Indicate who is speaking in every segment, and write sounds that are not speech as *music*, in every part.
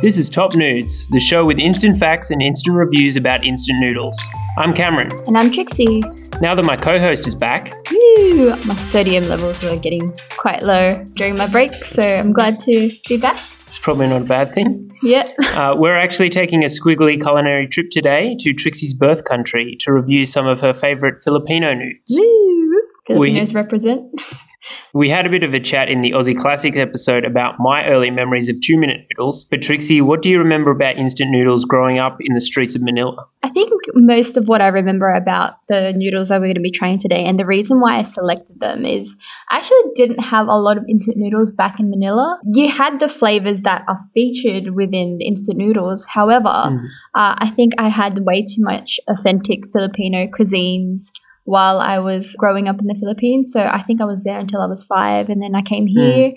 Speaker 1: This is Top Nudes, the show with instant facts and instant reviews about instant noodles. I'm Cameron.
Speaker 2: And I'm Trixie.
Speaker 1: Now that my co host is back,
Speaker 2: Woo! My sodium levels were getting quite low during my break, so I'm glad to be back.
Speaker 1: it's probably not a bad thing.
Speaker 2: Yep.
Speaker 1: Uh, we're actually taking a squiggly culinary trip today to Trixie's birth country to review some of her favorite Filipino nudes.
Speaker 2: *laughs* Woo! Filipinos represent.
Speaker 1: We had a bit of a chat in the Aussie Classics episode about my early memories of two minute noodles, but Trixie, what do you remember about instant noodles growing up in the streets of Manila?
Speaker 2: I think most of what I remember about the noodles that we're going to be trying today, and the reason why I selected them is I actually didn't have a lot of instant noodles back in Manila. You had the flavors that are featured within the instant noodles. However,
Speaker 1: Mm.
Speaker 2: uh, I think I had way too much authentic Filipino cuisines while I was growing up in the Philippines. So I think I was there until I was five, and then I came here.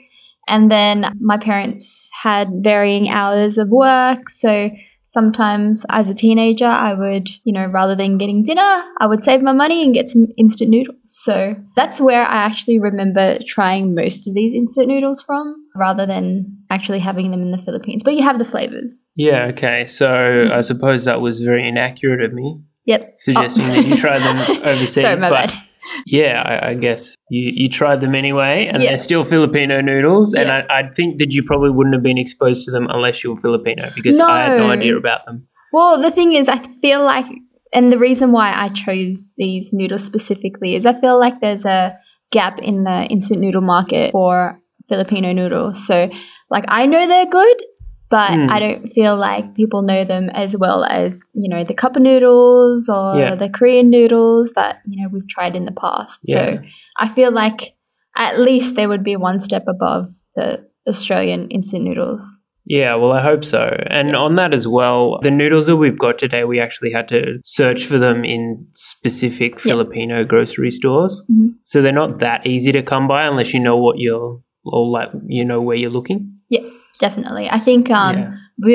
Speaker 2: And then my parents had varying hours of work. So sometimes as a teenager, I would, you know, rather than getting dinner, I would save my money and get some instant noodles. So that's where I actually remember trying most of these instant noodles from rather than actually having them in the Philippines. But you have the flavors.
Speaker 1: Yeah, okay. So I suppose that was very inaccurate of me
Speaker 2: Yep.
Speaker 1: suggesting that you try *laughs* them overseas.
Speaker 2: Sorry, my
Speaker 1: but
Speaker 2: bad.
Speaker 1: yeah, I, I guess you, you tried them anyway, and
Speaker 2: Yeah.
Speaker 1: they're still Filipino noodles. And
Speaker 2: Yeah.
Speaker 1: I, I think that you probably wouldn't have been exposed to them unless you were Filipino because I had no
Speaker 2: No.
Speaker 1: idea about them.
Speaker 2: Well, the thing is, I feel like, and the reason why I chose these noodles specifically is I feel like there's a gap in the instant noodle market for Filipino noodles. So, like, I know they're good, but
Speaker 1: Hmm.
Speaker 2: I don't feel like people know them as well as, you know, the cup of noodles or
Speaker 1: Yeah.
Speaker 2: the Korean noodles that, you know, we've tried in the past.
Speaker 1: Yeah.
Speaker 2: So, I feel like at least they would be one step above the Australian instant noodles.
Speaker 1: Yeah, well, I hope so. And on that as well, the noodles that we've got today, we actually had to search for them in specific
Speaker 2: Yeah.
Speaker 1: Filipino grocery stores.
Speaker 2: Mhm.
Speaker 1: So they're not that easy to come by unless you know what you're or like you know where you're looking.
Speaker 2: Definitely. I think um,
Speaker 1: Yeah.
Speaker 2: we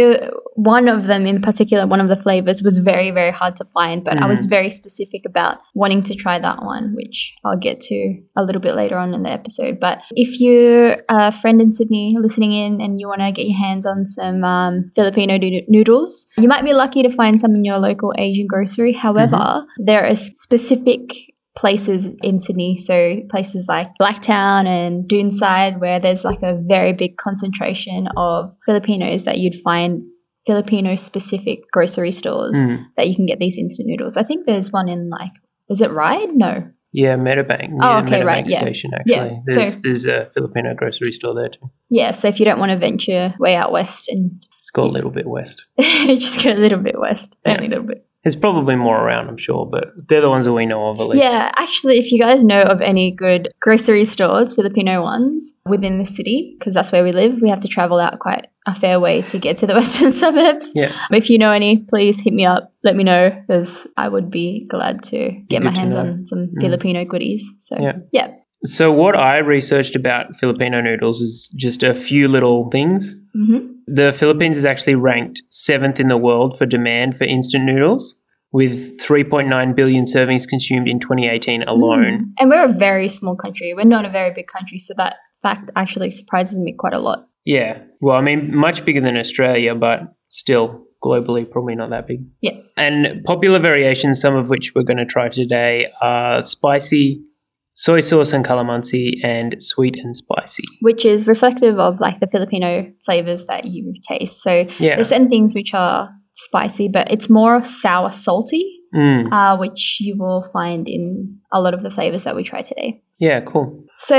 Speaker 2: one of them in particular, one of the flavors was very, very hard to find, but I was very specific about wanting to try that one, which I'll get to a little bit later on in the episode. But if you're a friend in Sydney listening in and you want to get your hands on some um, Filipino doo- noodles, you might be lucky to find some in your local Asian grocery. However, there are specific places in Sydney. So places like Blacktown and Doonside, where there's like a very big concentration of Filipinos that you'd find Filipino specific grocery stores
Speaker 1: Mm.
Speaker 2: that you can get these instant noodles. I think there's one in like, is it Ride? No.
Speaker 1: Yeah, Meadowbank.
Speaker 2: Oh,
Speaker 1: near
Speaker 2: okay, right,
Speaker 1: Meadowbank
Speaker 2: yeah.
Speaker 1: Station, actually.
Speaker 2: Yeah, so-
Speaker 1: There's, there's a Filipino grocery store there too.
Speaker 2: Yeah. So if you don't want to venture way out west and *laughs*
Speaker 1: It's got a little bit west.
Speaker 2: just go a little bit west, only a little bit.
Speaker 1: There's probably more around, I'm sure, but they're the ones that we know of at least.
Speaker 2: Yeah, actually, if you guys know of any good grocery stores, Filipino ones within the city, because that's where we live, we have to travel out quite a fair way to get to the *laughs* western suburbs.
Speaker 1: Yeah.
Speaker 2: If you know any, please hit me up. Let me know, because I would be glad to get my
Speaker 1: good to
Speaker 2: hands
Speaker 1: know.
Speaker 2: on some
Speaker 1: Mm.
Speaker 2: Filipino goodies. So
Speaker 1: Yeah.
Speaker 2: yeah,
Speaker 1: So, what I researched about Filipino noodles is just a few little things.
Speaker 2: hmm
Speaker 1: The Philippines is actually ranked seventh in the world for demand for instant noodles, with 3.9 billion servings consumed in 2018 alone.
Speaker 2: Mm. and we're a very small country. We're not a very big country, so that fact actually surprises me quite a lot.
Speaker 1: Yeah. Well, I mean, much bigger than Australia, but still globally, probably not that big.
Speaker 2: Yeah.
Speaker 1: And popular variations, some of which we're going to try today, are spicy, soy sauce and calamansi, and sweet and spicy.
Speaker 2: Which is reflective of like the Filipino flavors that you taste. So
Speaker 1: Yeah.
Speaker 2: There's certain things which are spicy, but it's more sour salty,
Speaker 1: Mm.
Speaker 2: uh, which you will find in a lot of the flavors that we try today.
Speaker 1: Yeah, cool.
Speaker 2: So,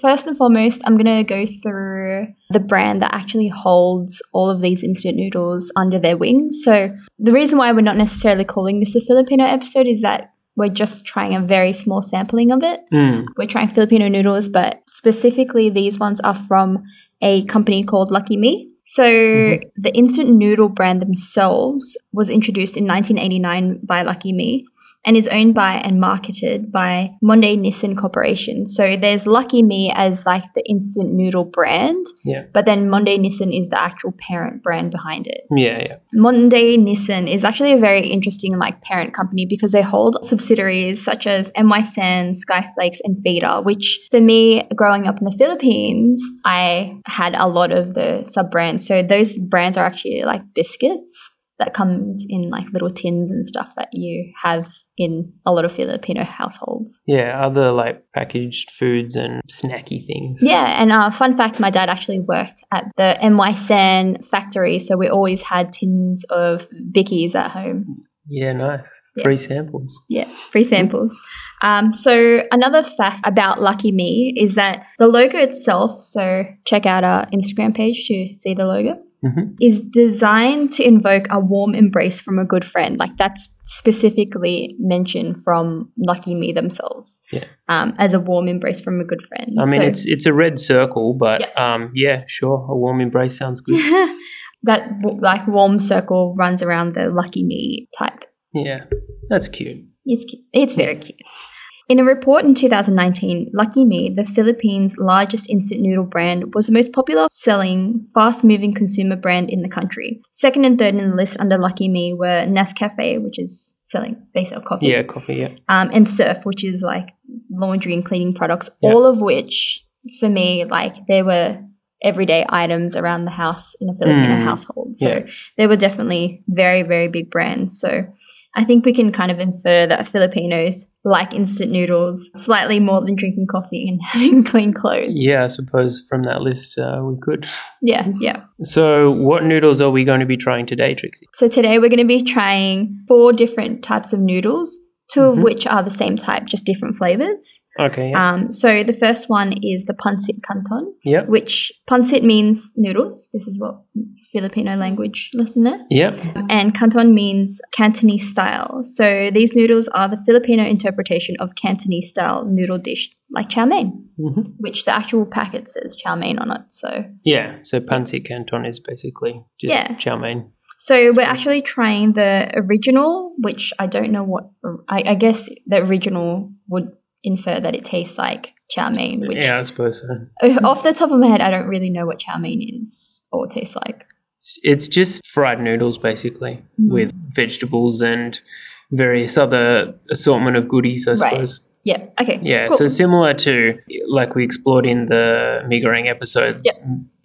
Speaker 2: first and foremost, I'm going to go through the brand that actually holds all of these instant noodles under their wing. So, the reason why we're not necessarily calling this a Filipino episode is that we're just trying a very small sampling of it
Speaker 1: Mm.
Speaker 2: we're trying Filipino noodles, but specifically these ones are from a company called Lucky Me. So
Speaker 1: Mhm.
Speaker 2: the instant noodle brand themselves was introduced in 1989 by Lucky Me. and is owned by and marketed by Monday Nissan Corporation. So there's Lucky Me as like the instant noodle brand,
Speaker 1: Yeah.
Speaker 2: but then Monday Nissan is the actual parent brand behind it.
Speaker 1: Yeah, yeah.
Speaker 2: Monday Nissan is actually a very interesting like parent company because they hold subsidiaries such as NY Sand, Skyflakes, and Vita, which for me growing up in the Philippines, I had a lot of the sub brands. So those brands are actually like biscuits that comes in like little tins and stuff that you have in a lot of Filipino households.
Speaker 1: Yeah, other like packaged foods and snacky things.
Speaker 2: Yeah, and uh, fun fact, my dad actually worked at the NY Sand factory, so we always had tins of Bickies at home.
Speaker 1: Yeah, nice.
Speaker 2: Yeah.
Speaker 1: Free samples.
Speaker 2: Yeah, free samples. Um, so another fact about Lucky Me is that the logo itself. So check out our Instagram page to see the logo.
Speaker 1: Mhm.
Speaker 2: Is designed to invoke a warm embrace from a good friend. Like that's specifically mentioned from Lucky Me themselves.
Speaker 1: Yeah.
Speaker 2: Um, as a warm embrace from a good friend.
Speaker 1: I mean,
Speaker 2: So-
Speaker 1: it's it's a red circle, but um, yeah, sure. A warm embrace sounds good.
Speaker 2: *laughs* that w- like warm circle runs around the Lucky Me type.
Speaker 1: yeah, that's cute.
Speaker 2: It's cu- it's very cute. In a report in 2019, Lucky Me, the Philippines' largest instant noodle brand, was the most popular selling, fast moving consumer brand in the country. Second and third in the list under Lucky Me were Nescafe, which is selling, they sell coffee,
Speaker 1: Yeah, coffee. Yeah,
Speaker 2: um, and Surf, which is like laundry and cleaning products,
Speaker 1: Yeah.
Speaker 2: all of which, for me, like they were everyday items around the house in a Filipino
Speaker 1: Mm.
Speaker 2: household. So
Speaker 1: Yeah.
Speaker 2: they were definitely very, very big brands. So I think we can kind of infer that Filipinos like instant noodles slightly more than drinking coffee and *laughs* having clean clothes.
Speaker 1: yeah. I suppose from that list uh, we could.
Speaker 2: Yeah, yeah.
Speaker 1: So, what noodles are we going to be trying today, Trixie?
Speaker 2: So today we're going to be trying four different types of noodles, 2
Speaker 1: Mhm.
Speaker 2: of which are the same type, just different flavors.
Speaker 1: Okay. Yeah.
Speaker 2: Um, so the first one is the pancit canton,
Speaker 1: yep.
Speaker 2: which pancit means noodles. This is what it's Filipino language lesson there.
Speaker 1: Yep.
Speaker 2: And canton means Cantonese style. So these noodles are the Filipino interpretation of Cantonese style noodle dish like chow mein,
Speaker 1: hmm
Speaker 2: which the actual packet says chow mein on it. So
Speaker 1: Yeah. So, pancit canton is basically just
Speaker 2: Yeah.
Speaker 1: chow mein.
Speaker 2: so we're actually trying the original, which I don't know what I, I guess the original would infer that it tastes like chow mein, which
Speaker 1: Yeah, I suppose so.
Speaker 2: *laughs* off the top of my head I don't really know what chow mein is or tastes like.
Speaker 1: It's- It's just fried noodles, basically,
Speaker 2: Mm.
Speaker 1: with vegetables and various other assortment of goodies, I
Speaker 2: Right.
Speaker 1: suppose.
Speaker 2: Yeah. Okay.
Speaker 1: Yeah,
Speaker 2: cool.
Speaker 1: so similar to like we explored in the mee goreng episode,
Speaker 2: Yep.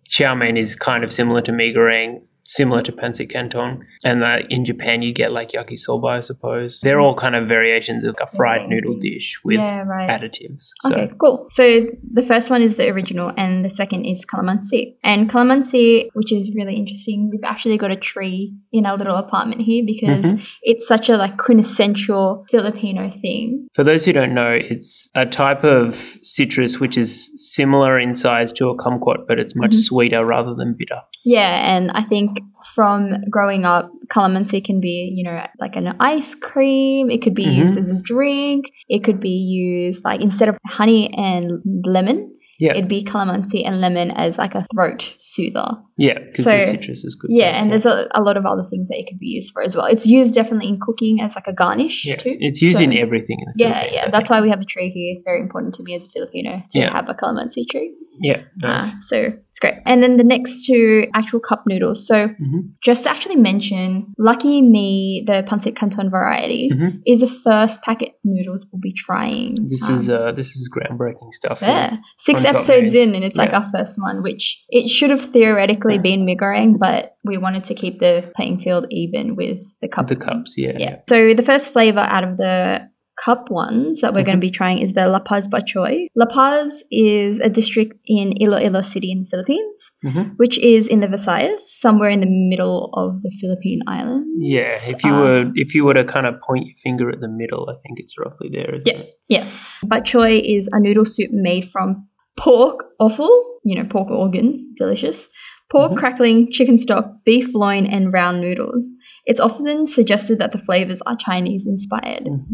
Speaker 1: chow mein is kind of similar to mee goreng, similar to pancit canton, and uh, in Japan you get like yakisoba, I suppose. They're all kind of variations of a fried
Speaker 2: same
Speaker 1: noodle
Speaker 2: thing.
Speaker 1: dish with
Speaker 2: yeah, right.
Speaker 1: additives. So
Speaker 2: Okay, cool. So the first one is the original, and the second is calamansi. And calamansi, which is really interesting, we've actually got a tree in our little apartment here because
Speaker 1: Mm-hmm.
Speaker 2: it's such a like quintessential Filipino thing.
Speaker 1: for those who don't know, it's a type of citrus which is similar in size to a kumquat, but it's much
Speaker 2: Mhm.
Speaker 1: sweeter rather than bitter.
Speaker 2: Yeah, and I think from growing up, calamansi can be, you know, like an ice cream. It could be
Speaker 1: Mhm.
Speaker 2: used as a drink. It could be used like instead of honey and lemon,
Speaker 1: Yeah,
Speaker 2: it'd be calamansi and lemon as like a throat soother.
Speaker 1: yeah, because the
Speaker 2: so-
Speaker 1: citrus is good. for
Speaker 2: Yeah,
Speaker 1: it,
Speaker 2: and there's a, a lot of other things that it could be used for as well. It's used definitely in cooking as like a garnish
Speaker 1: yeah.
Speaker 2: too.
Speaker 1: It's used in
Speaker 2: So-
Speaker 1: everything. In the
Speaker 2: Yeah,
Speaker 1: Philippines,
Speaker 2: yeah.
Speaker 1: I
Speaker 2: That's
Speaker 1: think.
Speaker 2: why we have a tree here. It's very important to me as a Filipino to
Speaker 1: Yeah.
Speaker 2: have a calamansi tree.
Speaker 1: Yeah, nice.
Speaker 2: Ah, so it's great. And then the next two actual cup noodles. So
Speaker 1: Mhm.
Speaker 2: just to actually mention, lucky me, the pancit canton variety
Speaker 1: Mhm.
Speaker 2: is the first packet noodles we'll be trying.
Speaker 1: This
Speaker 2: Um,
Speaker 1: is uh, this is groundbreaking stuff.
Speaker 2: yeah, six
Speaker 1: on top
Speaker 2: episodes
Speaker 1: days.
Speaker 2: in, and it's like
Speaker 1: Yeah.
Speaker 2: our first one, which it should have theoretically been Migarang, but we wanted to keep the playing field even with the cup.
Speaker 1: The cups, yeah, yeah.
Speaker 2: So the first flavor out of the cup ones that we're going
Speaker 1: Mm-hmm.
Speaker 2: to be trying is the La Paz Bachoy. La Paz is a district in Iloilo City in the Philippines,
Speaker 1: Mhm.
Speaker 2: which is in the Visayas, somewhere in the middle of the Philippine islands.
Speaker 1: Yeah, if you
Speaker 2: Uh,
Speaker 1: were if you were to kind of point your finger at the middle, I think it's roughly there. Isn't
Speaker 2: Yeah.
Speaker 1: It?
Speaker 2: Yeah. Bok choy is a noodle soup made from pork offal, you know, pork organs, delicious, pork
Speaker 1: Mhm.
Speaker 2: crackling, chicken stock, beef loin, and round noodles. It's often suggested that the flavors are Chinese inspired.
Speaker 1: Mhm.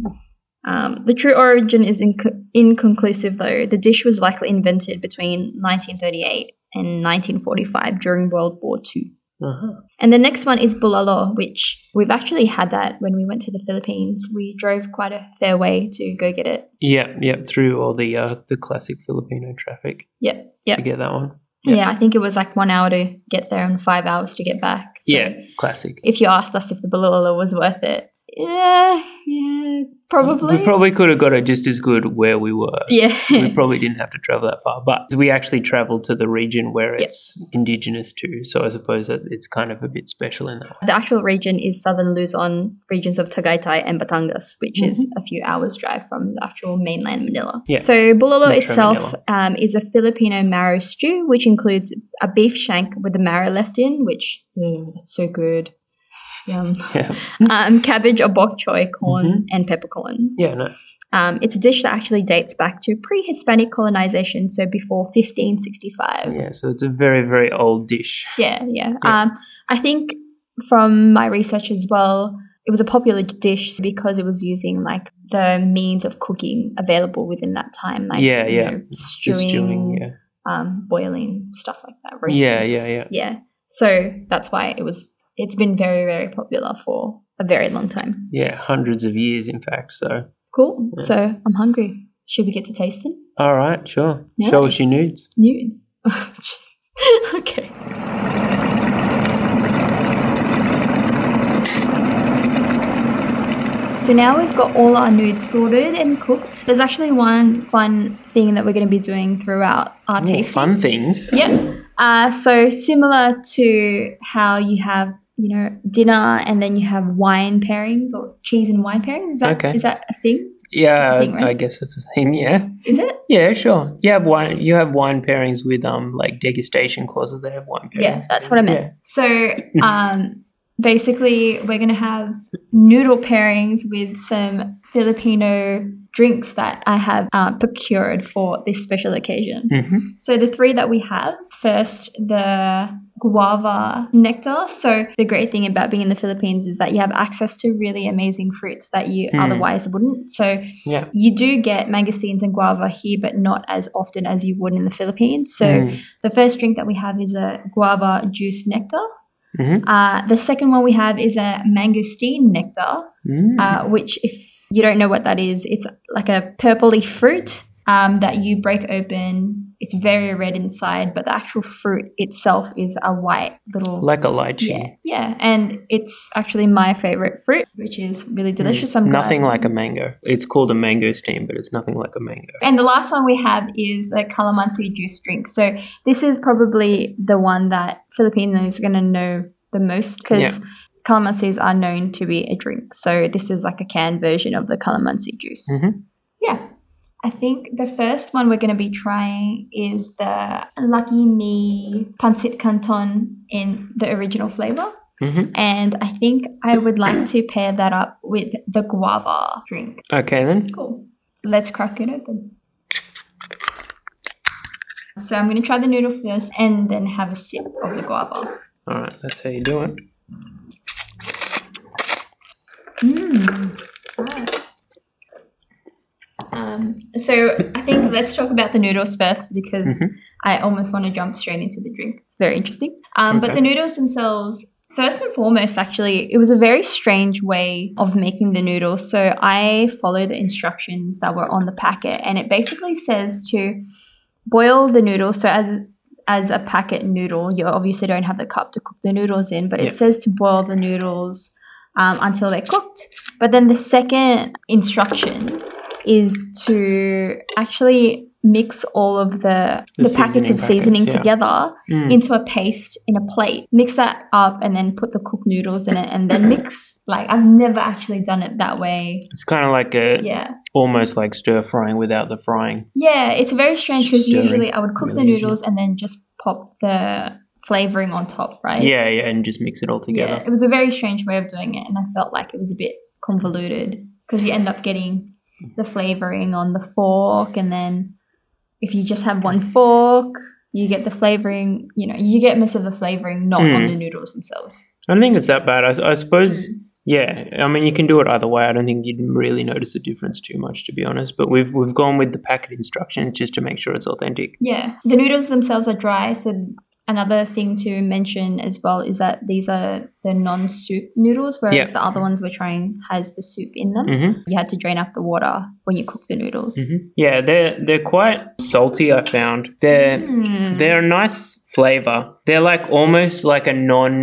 Speaker 2: Um, the true origin is inc- inconclusive, though. The dish was likely invented between 1938 and 1945 during World War II.
Speaker 1: Uh-huh.
Speaker 2: And the next one is bulalo, which we've actually had that when we went to the Philippines. We drove quite a fair way to go get it.
Speaker 1: Yeah, yeah, through all the uh, the classic Filipino traffic
Speaker 2: Yep, yep.
Speaker 1: to get that one.
Speaker 2: Yeah, I think it was like one hour to get there and five hours to get back. So
Speaker 1: yeah, classic.
Speaker 2: If you asked us if the Bulala was worth it, yeah, yeah, probably.
Speaker 1: We probably could have got it just as good where we were.
Speaker 2: *laughs* yeah.
Speaker 1: *laughs* We probably didn't have to travel that far, but we actually traveled to the region where
Speaker 2: Yep.
Speaker 1: it's indigenous to. So I suppose that it's kind of a bit special in that way.
Speaker 2: the actual region is southern Luzon, regions of Tagaytay and Batangas, which is a few hours drive from the actual mainland Manila.
Speaker 1: Mm-hmm. Yeah.
Speaker 2: So bulalo
Speaker 1: Metro
Speaker 2: itself um, is a Filipino marrow stew, which includes a beef shank with the marrow left in, which mm, that's so good.
Speaker 1: *laughs*
Speaker 2: Yum.
Speaker 1: Yeah,
Speaker 2: *laughs* um, cabbage or bok choy, corn,
Speaker 1: Mm-hmm.
Speaker 2: and peppercorns.
Speaker 1: yeah, nice.
Speaker 2: Um, it's a dish that actually dates back to pre-Hispanic colonization, so before 1565.
Speaker 1: Yeah, so it's a very, very old dish.
Speaker 2: Yeah,
Speaker 1: Yeah.
Speaker 2: yeah. Um, I think from my research as well, it was a popular dish because it was using like the means of cooking available within that time, like
Speaker 1: Yeah,
Speaker 2: you
Speaker 1: yeah.
Speaker 2: know,
Speaker 1: Just
Speaker 2: stewing,
Speaker 1: doing, yeah,
Speaker 2: um, boiling stuff like that. Roasting.
Speaker 1: yeah, yeah, yeah.
Speaker 2: yeah. So that's why it was. It's been very, very popular for a very long time.
Speaker 1: Yeah, hundreds of years, in fact. So,
Speaker 2: Cool.
Speaker 1: Yeah.
Speaker 2: So I'm hungry. Should we get to tasting
Speaker 1: all right, sure. Show us
Speaker 2: Nice.
Speaker 1: your nudes.
Speaker 2: nudes? *laughs* okay. So now we've got all our nudes sorted and cooked. There's actually one fun thing that we're going to be doing throughout our
Speaker 1: Ooh,
Speaker 2: tasting.
Speaker 1: fun things.
Speaker 2: Yep. Uh, so similar to how you have, you know, dinner and then you have wine pairings or cheese and wine pairings. Is that
Speaker 1: Okay.
Speaker 2: is that a thing?
Speaker 1: Yeah,
Speaker 2: It's a thing, right?
Speaker 1: I guess that's a thing. Yeah,
Speaker 2: Is it?
Speaker 1: yeah, sure. You have wine. You have wine pairings with um like degustation courses. They have wine pairings.
Speaker 2: Yeah, that's what I meant. So um, basically, we're going to have noodle pairings with some Filipino drinks that I have uh, procured for this special occasion.
Speaker 1: Yeah. hmm
Speaker 2: So the three that we have first, the guava nectar. So the great thing about being in the Philippines is that you have access to really amazing fruits that you
Speaker 1: Hmm.
Speaker 2: otherwise wouldn't. So
Speaker 1: Yeah.
Speaker 2: you do get mangosteens and guava here, but not as often as you would in the Philippines. So
Speaker 1: Hmm.
Speaker 2: the first drink that we have is a guava juice nectar.
Speaker 1: Mhm.
Speaker 2: Uh, the second one we have is a mangosteen nectar,
Speaker 1: Mm.
Speaker 2: uh, which, if you don't know what that is, it's like a purpley fruit um, that you break open. It's very red inside, but the actual fruit itself is a white
Speaker 1: Mm.
Speaker 2: little.
Speaker 1: like a lychee.
Speaker 2: yeah, yeah, and it's actually my favorite fruit, which is really delicious. I'm glad-
Speaker 1: Mm. Nothing like a mango. It's called a mango steam, but it's nothing like a mango.
Speaker 2: And the last one we have is the calamansi juice drink. So this is probably the one that Filipinos are going to know the most because calamansis are known to be a drink. So this is like a canned version of the calamansi juice.
Speaker 1: Mhm.
Speaker 2: Yeah. I think the first one we're going to be trying is the Lucky Me Pancit Canton in the original flavor.
Speaker 1: hmm
Speaker 2: And I think I would like to pair that up with the guava drink.
Speaker 1: Okay, then.
Speaker 2: Cool. Let's crack it open. So I'm gonna try the noodle first and then have a sip of the guava.
Speaker 1: All right, that's how you do it.
Speaker 2: Mmm. Right. Um, so I think let's talk about the noodles first because
Speaker 1: Mm-hmm.
Speaker 2: I almost want to jump straight into the drink. It's very interesting. Um, But
Speaker 1: Okay.
Speaker 2: the noodles themselves, first and foremost, actually, it was a very strange way of making the noodles. So I followed the instructions that were on the packet, and it basically says to boil the noodles. So as as a packet noodle, you obviously don't have the cup to cook the noodles in, but it
Speaker 1: Yeah.
Speaker 2: says to boil the noodles um, until they're cooked. But then the second instruction is to actually mix all of the,
Speaker 1: The
Speaker 2: the, packets
Speaker 1: seasoning
Speaker 2: of seasoning
Speaker 1: packets, yeah.
Speaker 2: together
Speaker 1: Mm.
Speaker 2: into a paste in a plate. Mix that up and then put the cooked noodles in it and then mix. Like, I've never actually done it that way.
Speaker 1: It's kind of like a
Speaker 2: Yeah.
Speaker 1: almost like stir frying without the frying.
Speaker 2: Yeah, it's very strange because
Speaker 1: Stirring.
Speaker 2: usually I would cook the
Speaker 1: Really easy.
Speaker 2: noodles and then just pop the flavoring on top, right?
Speaker 1: Yeah, yeah, and just mix it all
Speaker 2: Yeah,
Speaker 1: together.
Speaker 2: it was a very strange way of doing it, and I felt like it was a bit convoluted because you end up getting the flavoring on the fork, and then if you just have one fork, you get the flavoring. You know, you get most of the flavoring not on
Speaker 1: Mm.
Speaker 2: the noodles themselves.
Speaker 1: I don't think it's that bad. I, s- I suppose. Yeah, I mean you can do it either way. I don't think you'd really notice the difference too much, to be honest. But we've we've gone with the packet instructions just to make sure it's authentic.
Speaker 2: Yeah, the noodles themselves are dry, so Another thing to mention as well is that these are the non-soup noodles, whereas
Speaker 1: Yeah.
Speaker 2: the other ones we're trying has the soup in them.
Speaker 1: Mhm.
Speaker 2: You had to drain up the water when you cook the noodles.
Speaker 1: Yeah, they're they're quite salty. I found they're
Speaker 2: Hmm. Mm.
Speaker 1: they're a nice flavor. They're like almost like a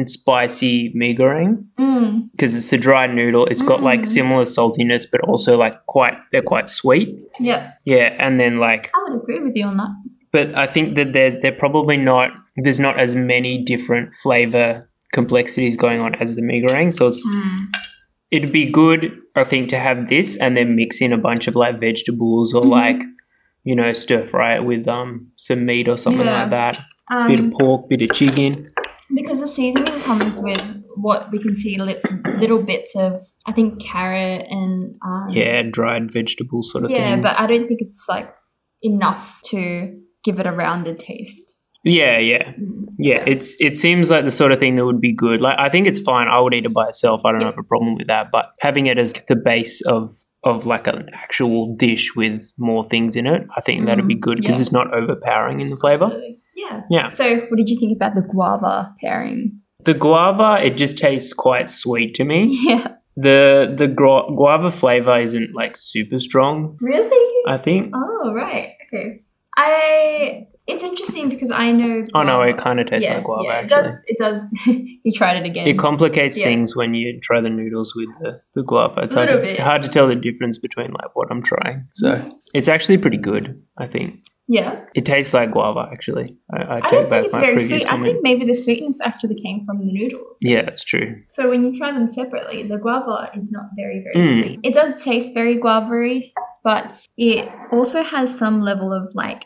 Speaker 1: non-spicy mee goreng
Speaker 2: Mm.
Speaker 1: because it's a dry noodle. It's got like similar saltiness, but also like quite they're quite sweet.
Speaker 2: Yeah,
Speaker 1: Yeah, and then like,
Speaker 2: I would agree with you on that.
Speaker 1: but I think that they're they're probably not. There's not as many different flavor complexities going on as the mee goreng, so it's
Speaker 2: Mm-hmm.
Speaker 1: it'd be good, I think, to have this and then mix in a bunch of like vegetables
Speaker 2: Mm-hmm.
Speaker 1: or like, you know, stir fry it with um some meat or something
Speaker 2: Yeah.
Speaker 1: like that.
Speaker 2: Um,
Speaker 1: bit of pork, bit of chicken.
Speaker 2: Because the seasoning comes with what we can see little, little bits of, I think, carrot and. Um,
Speaker 1: Yeah, dried vegetables sort of
Speaker 2: Yeah,
Speaker 1: thing.
Speaker 2: but I don't think it's like enough to give it a rounded taste.
Speaker 1: yeah, yeah. Yeah, it's it seems like the sort of thing that would be good. Like I think it's fine. I would eat it by itself. I don't
Speaker 2: Yeah.
Speaker 1: have a problem with that. But having it as the base of of like an actual dish with more things in it, I think that'd be
Speaker 2: Mm,
Speaker 1: good because
Speaker 2: yeah.
Speaker 1: it's not overpowering in the flavor.
Speaker 2: Absolutely. Yeah.
Speaker 1: Yeah.
Speaker 2: So, what did you think about the guava pairing? *laughs*
Speaker 1: The guava, it just tastes quite sweet to me.
Speaker 2: Yeah.
Speaker 1: The the gra- guava flavor isn't like super strong.
Speaker 2: Really?
Speaker 1: I think.
Speaker 2: Oh, right. Okay. I. It's interesting because I know.
Speaker 1: Oh no, it
Speaker 2: guava-
Speaker 1: kind of tastes like guava.
Speaker 2: uh, yeah, it
Speaker 1: actually,
Speaker 2: does. It does. *laughs* you tried it again.
Speaker 1: it complicates
Speaker 2: Yeah.
Speaker 1: things when you try the noodles with the, the guava. It's hard
Speaker 2: Little
Speaker 1: to,
Speaker 2: bit.
Speaker 1: hard to tell the difference between like what I'm trying. So it's actually pretty good. I think
Speaker 2: yeah.
Speaker 1: it tastes like guava. Actually, I, I
Speaker 2: I
Speaker 1: take
Speaker 2: don't
Speaker 1: back
Speaker 2: think it's
Speaker 1: my
Speaker 2: very
Speaker 1: previous
Speaker 2: sweet.
Speaker 1: comment.
Speaker 2: I think maybe the sweetness actually came from the noodles.
Speaker 1: yeah, that's true.
Speaker 2: So when you try them separately, the guava is not very, very
Speaker 1: Mm.
Speaker 2: sweet. It does taste very guavery, but it also has some level of like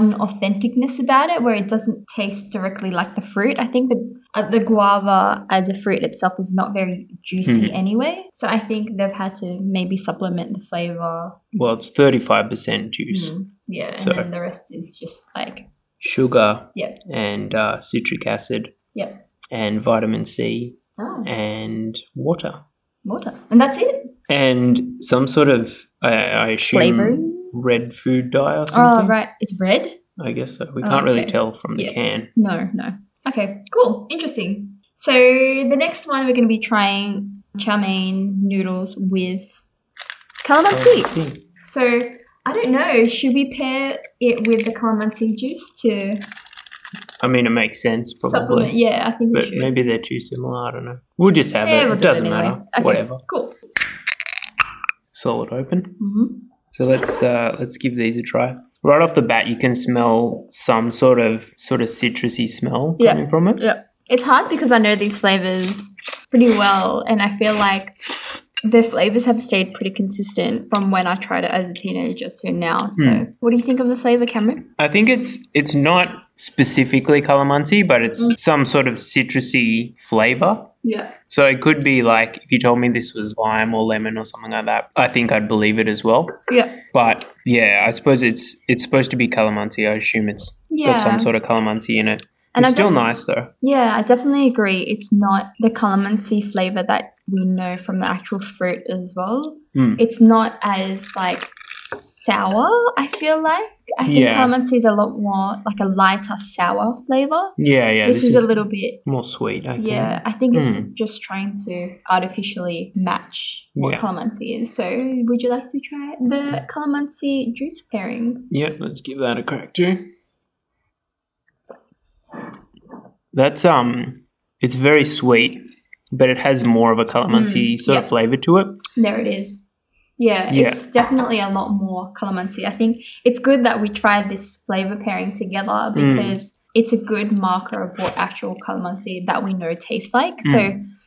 Speaker 2: non-authenticness about it, where it doesn't taste directly like the fruit. I think the uh, the guava as a fruit itself is not very juicy
Speaker 1: Hmm.
Speaker 2: anyway. So I think they've had to maybe supplement the flavor.
Speaker 1: Well, it's thirty five percent juice,
Speaker 2: Mm, Yeah, and
Speaker 1: So-
Speaker 2: then the rest is just like
Speaker 1: sugar,
Speaker 2: yeah,
Speaker 1: and uh, citric acid,
Speaker 2: yeah.
Speaker 1: and vitamin C,
Speaker 2: Oh,
Speaker 1: and water,
Speaker 2: water, and that's it.
Speaker 1: and some sort of I, I assume
Speaker 2: Flavoring.
Speaker 1: red food dye or
Speaker 2: Oh
Speaker 1: something.
Speaker 2: right, it's red.
Speaker 1: I guess so. We
Speaker 2: Oh,
Speaker 1: can't really
Speaker 2: okay.
Speaker 1: tell from the
Speaker 2: Yeah.
Speaker 1: can.
Speaker 2: No, no. Okay, cool. Interesting. So the next one we're going to be trying chow mein noodles with
Speaker 1: Oh,
Speaker 2: calamansi.
Speaker 1: Calamansi.
Speaker 2: So I don't know, should we pair it with the calamansi juice to
Speaker 1: I mean, it makes sense
Speaker 2: supplement?
Speaker 1: probably,
Speaker 2: Yeah, I think we
Speaker 1: but
Speaker 2: should.
Speaker 1: maybe they're too similar. I don't know. We'll just have
Speaker 2: yeah,
Speaker 1: it.
Speaker 2: we'll
Speaker 1: it
Speaker 2: do
Speaker 1: doesn't
Speaker 2: anyway.
Speaker 1: matter.
Speaker 2: Okay,
Speaker 1: Whatever.
Speaker 2: Cool.
Speaker 1: Solid open.
Speaker 2: hmm
Speaker 1: So let's uh, let's give these a try. Right off the bat, you can smell some sort of sort of citrusy smell
Speaker 2: Yeah.
Speaker 1: coming from it.
Speaker 2: Yeah. It's hard because I know these flavors pretty well, and I feel like the flavors have stayed pretty consistent from when I tried it as a teenager to now. So, what do you think of the flavor, Cameron?
Speaker 1: I think it's it's not specifically calamansi, but it's
Speaker 2: Mm.
Speaker 1: some sort of citrusy flavor.
Speaker 2: Yeah.
Speaker 1: So it could be like if you told me this was lime or lemon or something like that, I think I'd believe it as well.
Speaker 2: Yeah.
Speaker 1: But yeah, I suppose it's it's supposed to be calamansi. I assume it's
Speaker 2: Yeah.
Speaker 1: got some sort of calamansi in it.
Speaker 2: And
Speaker 1: it's
Speaker 2: I
Speaker 1: still
Speaker 2: def-
Speaker 1: nice though.
Speaker 2: Yeah, I definitely agree. It's not the calamansi flavor that we know from the actual fruit as well.
Speaker 1: Mm.
Speaker 2: It's not as like sour, I feel like. I think
Speaker 1: Yeah.
Speaker 2: calamansi is a lot more like a lighter sour flavor.
Speaker 1: Yeah, yeah.
Speaker 2: this, is, a little bit
Speaker 1: more sweet. I think.
Speaker 2: yeah, I think it's
Speaker 1: Mm.
Speaker 2: just trying to artificially match what
Speaker 1: Yeah.
Speaker 2: calamansi is. So, would you like to try the calamansi juice pairing?
Speaker 1: Yeah, let's give that a crack too. That's um, it's very sweet, but it has more of a calamansi sort
Speaker 2: yeah.
Speaker 1: of flavor to it.
Speaker 2: There it is. Yeah,
Speaker 1: Yeah.
Speaker 2: it's definitely a lot more calamansi. I think it's good that we tried this flavor pairing
Speaker 1: Hmm.
Speaker 2: together because it's a good marker of what actual calamansi that we know tastes like.
Speaker 1: Hmm.
Speaker 2: So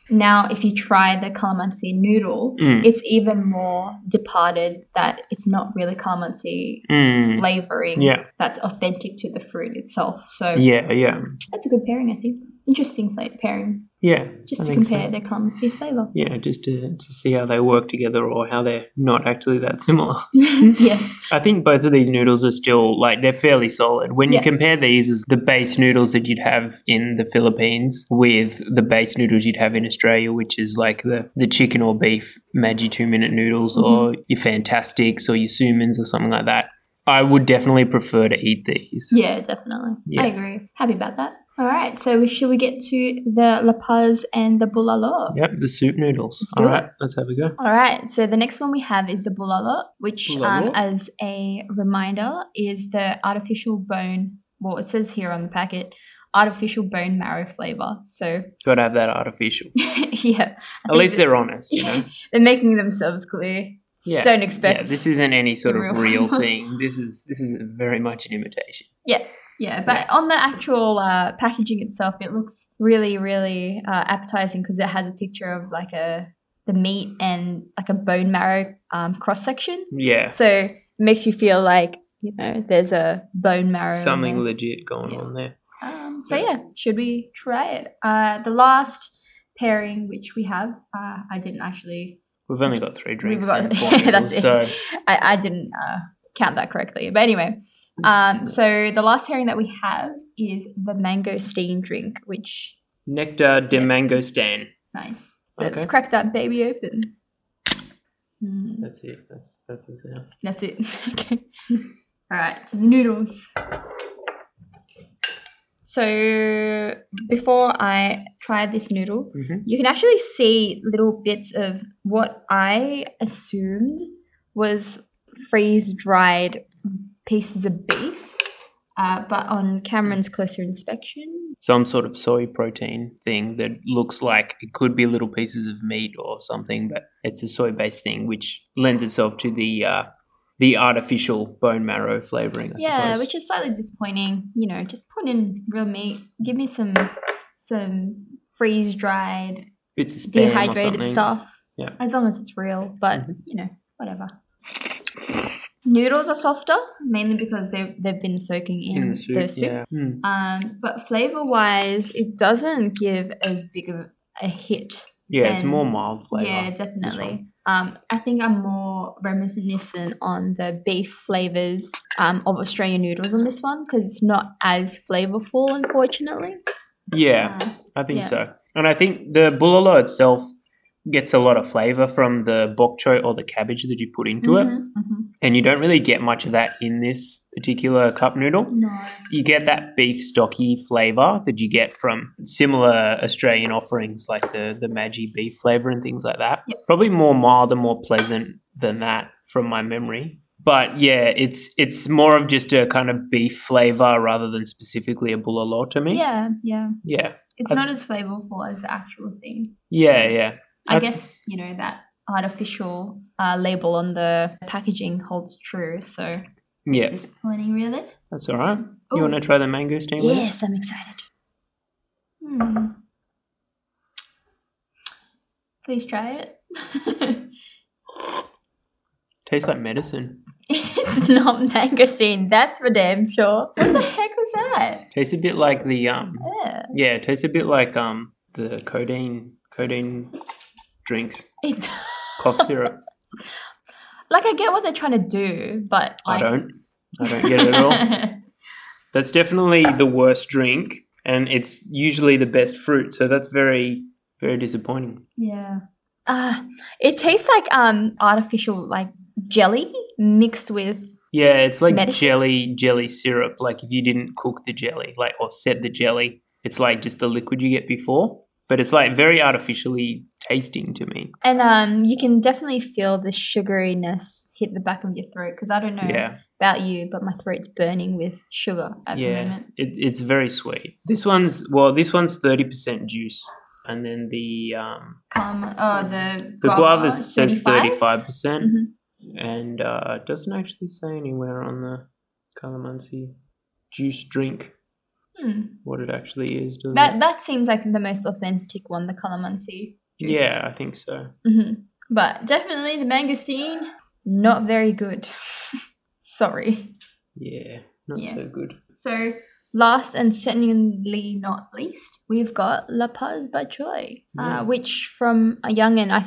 Speaker 2: now, if you try the calamansi noodle,
Speaker 1: Mm.
Speaker 2: it's even more departed that it's not really calamansi
Speaker 1: Mm.
Speaker 2: flavoring
Speaker 1: Yeah.
Speaker 2: that's authentic to the fruit itself. So
Speaker 1: Yeah, yeah,
Speaker 2: that's a good pairing, I think. Interesting fla- pairing,
Speaker 1: yeah.
Speaker 2: just
Speaker 1: I
Speaker 2: to
Speaker 1: think so.
Speaker 2: compare the calamansi flavor.
Speaker 1: Yeah, just to, to see how they work together or how they're not actually that similar. Mm-hmm.
Speaker 2: *laughs* yeah.
Speaker 1: I think both of these noodles are still like they're fairly solid. When you
Speaker 2: Yeah.
Speaker 1: compare these as the base noodles that you'd have in the Philippines with the base noodles you'd have in Australia, which is like the, the chicken
Speaker 2: Mm-hmm.
Speaker 1: or beef Maggi two minute noodles or your fantastics or your sumins or something like that. I would definitely prefer to eat these.
Speaker 2: Yeah, definitely.
Speaker 1: Yeah.
Speaker 2: I agree. Happy about that. All right. So should we get to the La Paz and the Bulalo?
Speaker 1: Yep, the soup noodles.
Speaker 2: Let's do
Speaker 1: All right, let's have a go.
Speaker 2: All right. So the next one we have is the bulalo, which, um,
Speaker 1: Bulalo.
Speaker 2: as a reminder, is the artificial bone. Well, it says here on the packet, artificial bone marrow flavor. So *laughs*
Speaker 1: Got to have that artificial.
Speaker 2: yeah,
Speaker 1: At least they're honest, you know.
Speaker 2: *laughs* yeah, they're making themselves clear.
Speaker 1: Yeah.
Speaker 2: Don't
Speaker 1: Yeah,
Speaker 2: expect.
Speaker 1: this isn't any sort
Speaker 2: real
Speaker 1: of real
Speaker 2: one.
Speaker 1: thing. This is this is very much an imitation.
Speaker 2: Yeah, but on the actual uh, packaging itself, it looks really, really uh, appetizing because it has a picture of like a the meat and like a bone marrow um, cross section.
Speaker 1: Yeah,
Speaker 2: So it makes you feel like you know there's a bone marrow. in
Speaker 1: something
Speaker 2: there.
Speaker 1: legit going
Speaker 2: Yeah.
Speaker 1: on there.
Speaker 2: Um, so yeah, should we try it? Uh, the last pairing which we have, uh, I didn't actually.
Speaker 1: We've only got three drinks.
Speaker 2: got- *laughs*
Speaker 1: and four
Speaker 2: That's
Speaker 1: noodles,
Speaker 2: it.
Speaker 1: So
Speaker 2: I, I didn't uh, count that correctly. But anyway, um, so the last pairing that we have is the mango steam drink, which
Speaker 1: nectar de
Speaker 2: Yeah.
Speaker 1: mango stan.
Speaker 2: nice. So let's
Speaker 1: Okay.
Speaker 2: crack that baby open. Mm,
Speaker 1: That's it. That's that's the sound.
Speaker 2: that's it. *laughs* okay. All right, to the noodles. So before I try this noodle,
Speaker 1: hmm
Speaker 2: you can actually see little bits of what I assumed was freeze dried pieces of beef. Uh, but on Cameron's closer inspection,
Speaker 1: Some sort of soy protein thing that looks like it could be little pieces of meat or something, but it's a soy based thing, which lends itself to the uh, the artificial bone marrow flavoring. I
Speaker 2: yeah,
Speaker 1: suppose.
Speaker 2: which is slightly disappointing. You know, just put in real meat. Give me some some freeze dried,
Speaker 1: bits of spam or
Speaker 2: dehydrated
Speaker 1: something.
Speaker 2: stuff.
Speaker 1: Yeah. Mm-hmm.
Speaker 2: As long as it's real, but you know, whatever. Noodles are softer, mainly because they've they've been soaking in,
Speaker 1: in the soup.
Speaker 2: the soup.
Speaker 1: Yeah. Mm.
Speaker 2: Um, but flavor wise, it doesn't give as big of a hit.
Speaker 1: Yeah, it's
Speaker 2: And-
Speaker 1: more mild flavor.
Speaker 2: Yeah, definitely. Um, I think I'm more reminiscent on the beef flavors um, of Australian noodles on this one because it's not as flavorful, unfortunately.
Speaker 1: Yeah,
Speaker 2: Uh,
Speaker 1: I think
Speaker 2: yeah.
Speaker 1: so. And I think the bulalo itself gets a lot of flavor from the bok choy or the cabbage that you put into it.
Speaker 2: mhm, mhm.
Speaker 1: And you don't really get much of that in this particular cup noodle.
Speaker 2: No.
Speaker 1: You get that beef stocky flavor that you get from similar Australian offerings like the, the Maggi beef flavor and things like that. Probably more mild and more pleasant than that from my memory. But yeah, it's it's more of just a kind of beef flavor rather than specifically a bulalo to me.
Speaker 2: Yeah, yeah.
Speaker 1: Yeah.
Speaker 2: It's
Speaker 1: I've-
Speaker 2: not as flavorful as the actual thing.
Speaker 1: Yeah, yeah.
Speaker 2: I
Speaker 1: I've-
Speaker 2: guess, you know, that artificial uh, label on the packaging holds true. So
Speaker 1: Yeah,
Speaker 2: disappointing, really.
Speaker 1: that's all right.
Speaker 2: Ooh.
Speaker 1: You want to try the mango steam? with it?
Speaker 2: Yes, I'm excited. Hmm. Please try it.
Speaker 1: Tastes like medicine.
Speaker 2: *laughs* it's not mangosteen, that's for damn sure. What the heck was that?
Speaker 1: Tastes a bit like the um.
Speaker 2: Yeah.
Speaker 1: Yeah, it tastes a bit like um the codeine codeine drinks
Speaker 2: It, *laughs*
Speaker 1: cough syrup.
Speaker 2: like, I get what they're trying to do, but
Speaker 1: I
Speaker 2: like,
Speaker 1: don't.
Speaker 2: it's-
Speaker 1: I don't get it at
Speaker 2: *laughs*
Speaker 1: all. That's definitely the worst drink, and it's usually the best fruit. So that's very very disappointing.
Speaker 2: yeah. Uh, it tastes like um artificial like jelly mixed with
Speaker 1: Yeah, it's like
Speaker 2: Medicine?
Speaker 1: jelly jelly syrup. Like if you didn't cook the jelly, like or set the jelly, it's like just the liquid you get before. But it's like very artificially tasting to me.
Speaker 2: and um you can definitely feel the sugariness hit the back of your throat because I don't know
Speaker 1: Yeah.
Speaker 2: about you, but my throat's burning with sugar at the
Speaker 1: yeah,
Speaker 2: moment.
Speaker 1: it, it's very sweet. This one's well, this one's thirty percent juice, and then the um,
Speaker 2: Come, oh, the
Speaker 1: the guava,
Speaker 2: guava
Speaker 1: says thirty-five percent,
Speaker 2: Mhm.
Speaker 1: and uh, it doesn't actually say anywhere on the calamansi juice drink
Speaker 2: Hmm.
Speaker 1: what it actually is. Doesn't
Speaker 2: That
Speaker 1: it?
Speaker 2: that seems like the most authentic one, the calamansi. juice.
Speaker 1: Yeah, I think so.
Speaker 2: Mhm. But definitely the mangosteen, not very good. *laughs* Sorry.
Speaker 1: Yeah, not
Speaker 2: Yeah.
Speaker 1: so good.
Speaker 2: So last and certainly not least, we've got La Paz by Choi,
Speaker 1: Yeah.
Speaker 2: uh, which from a young and I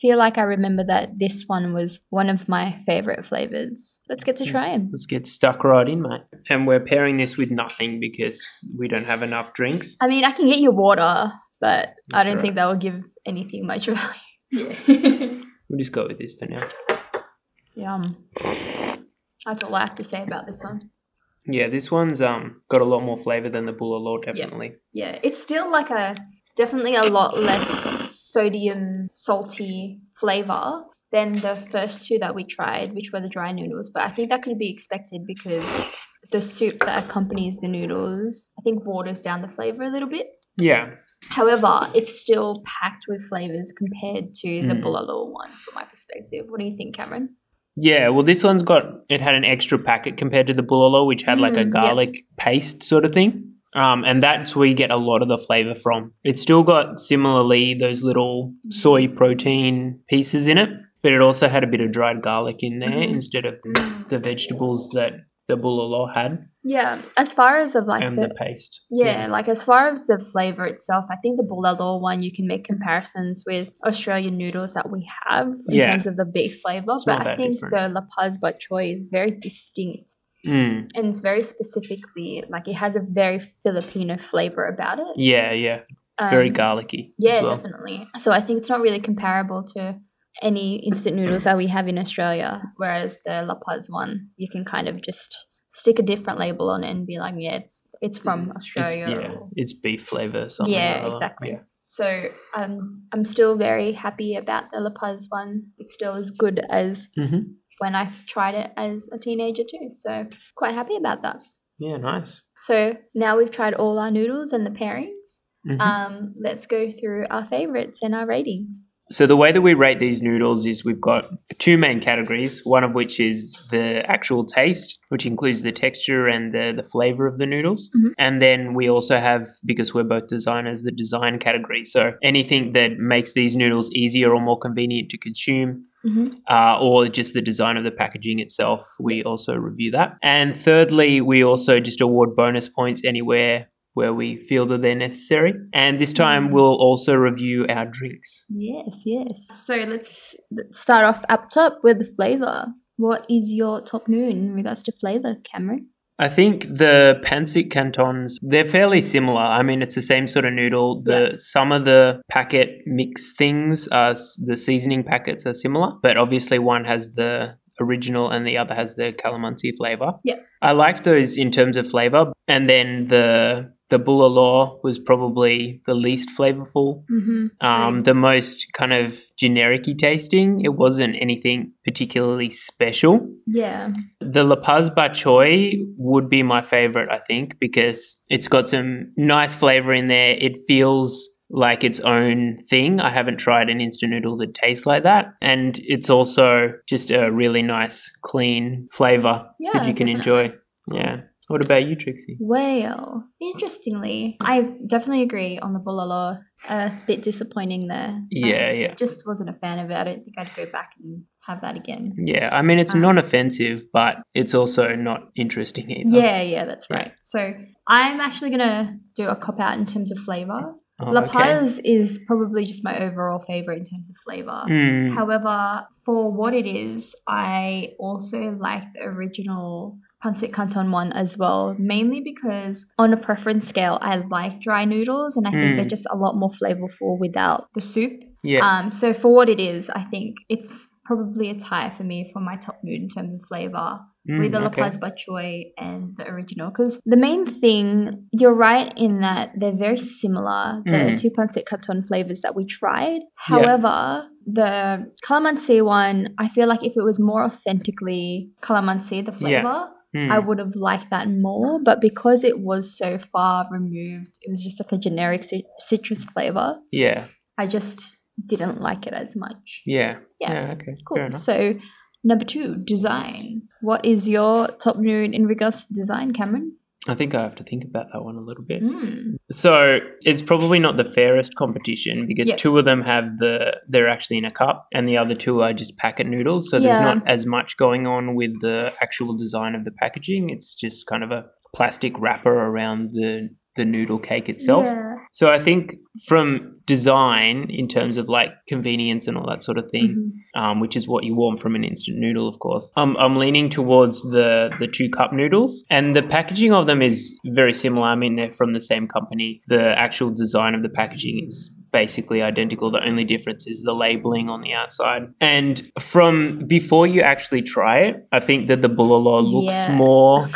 Speaker 2: feel like I remember that this one was one of my favorite flavors. Let's get to try them.
Speaker 1: Let's get stuck right in, mate. And we're pairing this with nothing because we don't have enough drinks.
Speaker 2: I mean, I can get you water, but I
Speaker 1: That's
Speaker 2: don't
Speaker 1: all
Speaker 2: think
Speaker 1: right.
Speaker 2: that will give anything much value. Yeah.
Speaker 1: *laughs* We'll just go with this for now.
Speaker 2: Yum. That's all I have to say about this one.
Speaker 1: Yeah, this one's um got a lot more flavor than the Bullalore, definitely.
Speaker 2: Yeah, it's still like a definitely a lot less sodium salty flavor than the first two that we tried, which were the dry noodles. But I think that could be expected because the soup that accompanies the noodles, I think, waters down the flavor a little bit.
Speaker 1: Yeah.
Speaker 2: However, it's still packed with flavors compared to the
Speaker 1: Mm.
Speaker 2: Bullaloo one, from my perspective. What do you think, Cameron?
Speaker 1: Yeah, well, this one's got it had an extra packet compared to the Bulalo, which had like a
Speaker 2: Mm, yeah.
Speaker 1: garlic paste sort of thing. Um, and that's where you get a lot of the flavor from. It's still got similarly those little soy protein pieces in it, but it also had a bit of dried garlic in there
Speaker 2: Mm.
Speaker 1: instead of the vegetables that the Bulalo had
Speaker 2: Yeah, as far as of like
Speaker 1: and
Speaker 2: the,
Speaker 1: the paste.
Speaker 2: Yeah, like as far as the flavor itself, I think the Bulalo one you can make comparisons with Australian noodles that we have in
Speaker 1: Yeah.
Speaker 2: terms of the beef flavor,
Speaker 1: It's not
Speaker 2: but I
Speaker 1: that
Speaker 2: think
Speaker 1: different.
Speaker 2: the La Paz bok choy is very distinct
Speaker 1: Mm.
Speaker 2: and it's very specifically like it has a very Filipino flavor about it.
Speaker 1: Yeah, yeah.
Speaker 2: Um,
Speaker 1: Very garlicky. as
Speaker 2: Yeah,
Speaker 1: well.
Speaker 2: definitely. So I think it's not really comparable to any instant noodles that we have in Australia, whereas the La Paz one you can kind of just stick a different label on it and be like, yeah, it's it's from
Speaker 1: Mm, It's,
Speaker 2: Australia.
Speaker 1: yeah,
Speaker 2: or-
Speaker 1: it's beef flavor. Something or
Speaker 2: Yeah,
Speaker 1: other.
Speaker 2: exactly.
Speaker 1: Yeah.
Speaker 2: So um, I'm still very happy about the La Paz one. It's still as good as
Speaker 1: hmm
Speaker 2: when I tried it as a teenager too. So quite happy about that.
Speaker 1: yeah, nice.
Speaker 2: So now we've tried all our noodles and the pairings.
Speaker 1: Mhm.
Speaker 2: Um, let's go through our favorites and our ratings.
Speaker 1: So the way that we rate these noodles is we've got two main categories, one of which is the actual taste, which includes the texture and the, the flavor of the noodles.
Speaker 2: Mhm.
Speaker 1: And then we also have, because we're both designers, the design category. So anything that makes these noodles easier or more convenient to consume, uh, or just the design of the packaging itself. We also review that. And thirdly, we also just award bonus points anywhere where we feel that they're necessary. And this time we'll also review our drinks.
Speaker 2: Yes, yes. So let's start off up top with the flavor. What is your top noon in regards to flavor, Cameron?
Speaker 1: I think the Pansik Cantons, they're fairly similar. I mean, it's the same sort of noodle. The Some of the packet mix things, are, s- the seasoning packets are similar, but obviously one has the original and the other has the calamansi flavor.
Speaker 2: Yep.
Speaker 1: I like those in terms of flavor. And then the the Bulalaw was probably the least flavorful
Speaker 2: Mm-hmm.
Speaker 1: um,
Speaker 2: Right.
Speaker 1: the most kind of generic tasting. It wasn't anything particularly special.
Speaker 2: Yeah.
Speaker 1: The La Paz Ba Choy would be my favorite, I think, because it's got some nice flavor in there. It feels like its own thing. I haven't tried an instant noodle that tastes like that. And it's also just a really nice, clean flavor
Speaker 2: Yeah,
Speaker 1: that you can enjoy. Yeah. What about you, Trixie?
Speaker 2: Well, interestingly, I definitely agree on the Bulalo. A bit disappointing there.
Speaker 1: Yeah,
Speaker 2: Um,
Speaker 1: yeah.
Speaker 2: Just wasn't a fan of it. I don't think I'd go back and have that again.
Speaker 1: Yeah, I mean, it's
Speaker 2: Um,
Speaker 1: non offensive, but it's also not interesting either.
Speaker 2: Yeah, yeah, that's
Speaker 1: Yeah.
Speaker 2: right. So I'm actually gonna do a cop out in terms of flavor.
Speaker 1: Oh,
Speaker 2: La
Speaker 1: okay.
Speaker 2: Paz is probably just my overall favorite in terms of flavor.
Speaker 1: Mm.
Speaker 2: However, for what it is, I also like the original Pancit Canton one as well, mainly because on a preference scale, I like dry noodles and I think
Speaker 1: Mm.
Speaker 2: they're just a lot more flavorful without the soup.
Speaker 1: yeah.
Speaker 2: Um, so for what it is, I think it's probably a tie for me for my top noodle in terms of flavor
Speaker 1: Mm,
Speaker 2: with the La
Speaker 1: okay.
Speaker 2: Paz Bok Choy and the original. Because the main thing, you're right in that they're very similar, the
Speaker 1: Mm.
Speaker 2: two pancit canton flavors that we tried.
Speaker 1: Yeah.
Speaker 2: However, the calamansi one, I feel like if it was more authentically calamansi, the
Speaker 1: Yeah.
Speaker 2: flavor,
Speaker 1: Mm.
Speaker 2: I would have liked that more. But because it was so far removed, it was just like a generic cit- citrus flavor.
Speaker 1: yeah.
Speaker 2: I just didn't like it as much.
Speaker 1: Yeah.
Speaker 2: Yeah.
Speaker 1: okay. Fair
Speaker 2: Cool.
Speaker 1: enough.
Speaker 2: So, number two, design. What is your top noon in regards to design, Cameron?
Speaker 1: I think I have to think about that one a little bit.
Speaker 2: Mm.
Speaker 1: So it's probably not the fairest competition because
Speaker 2: Yeah.
Speaker 1: two of them have the they're actually in a cup and the other two are just packet noodles. So there's
Speaker 2: Yeah.
Speaker 1: not as much going on with the actual design of the packaging. It's just kind of a plastic wrapper around the the noodle cake itself.
Speaker 2: Yeah.
Speaker 1: So I think from design in terms of like convenience and all that sort of thing,
Speaker 2: Mhm.
Speaker 1: um, which is what you want from an instant noodle, of course. Um, I'm leaning towards the the two cup noodles, and the packaging of them is very similar. I mean, they're from the same company. The actual design of the packaging is basically identical. The only difference is the labeling on the outside. And from before you actually try it, I think that the bulalo looks
Speaker 2: Yeah. *laughs*
Speaker 1: more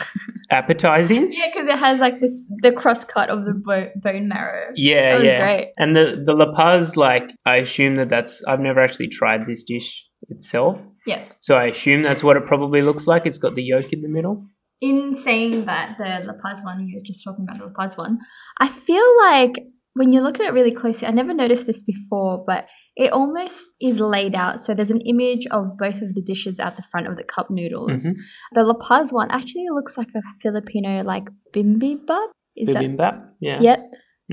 Speaker 1: appetizing.
Speaker 2: Yeah, because it has like this the cross cut of the bo- bone marrow.
Speaker 1: Yeah,
Speaker 2: That was
Speaker 1: yeah.
Speaker 2: great.
Speaker 1: And the the La Paz, like I assume that that's I've never actually tried this dish itself,
Speaker 2: Yeah.
Speaker 1: so I assume that's what it probably looks like. It's got the yolk in the middle.
Speaker 2: In saying that, the La Paz one, you were just talking about the La Paz one, I feel like when you look at it really closely, I never noticed this before, but it almost is laid out. So there's an image of both of the dishes at the front of the cup noodles.
Speaker 1: Mhm.
Speaker 2: The La Paz one actually looks like a Filipino like bibimbap. Is that?
Speaker 1: Bibimbap, yeah,
Speaker 2: Yep.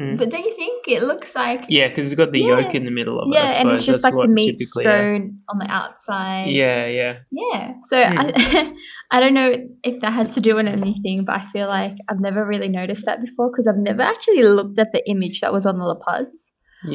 Speaker 1: Mm.
Speaker 2: But don't you think it looks like
Speaker 1: yeah, because it's got the
Speaker 2: Yeah.
Speaker 1: yolk in the middle of it. I
Speaker 2: Yeah, and
Speaker 1: suppose.
Speaker 2: it's just
Speaker 1: That's
Speaker 2: like the
Speaker 1: what
Speaker 2: meat
Speaker 1: typically, yeah.
Speaker 2: strewn on the outside.
Speaker 1: Yeah, yeah.
Speaker 2: Yeah. So I, *laughs* I don't know if that has to do with anything, but I feel like I've never really noticed that before because I've never actually looked at the image that was on the La Paz.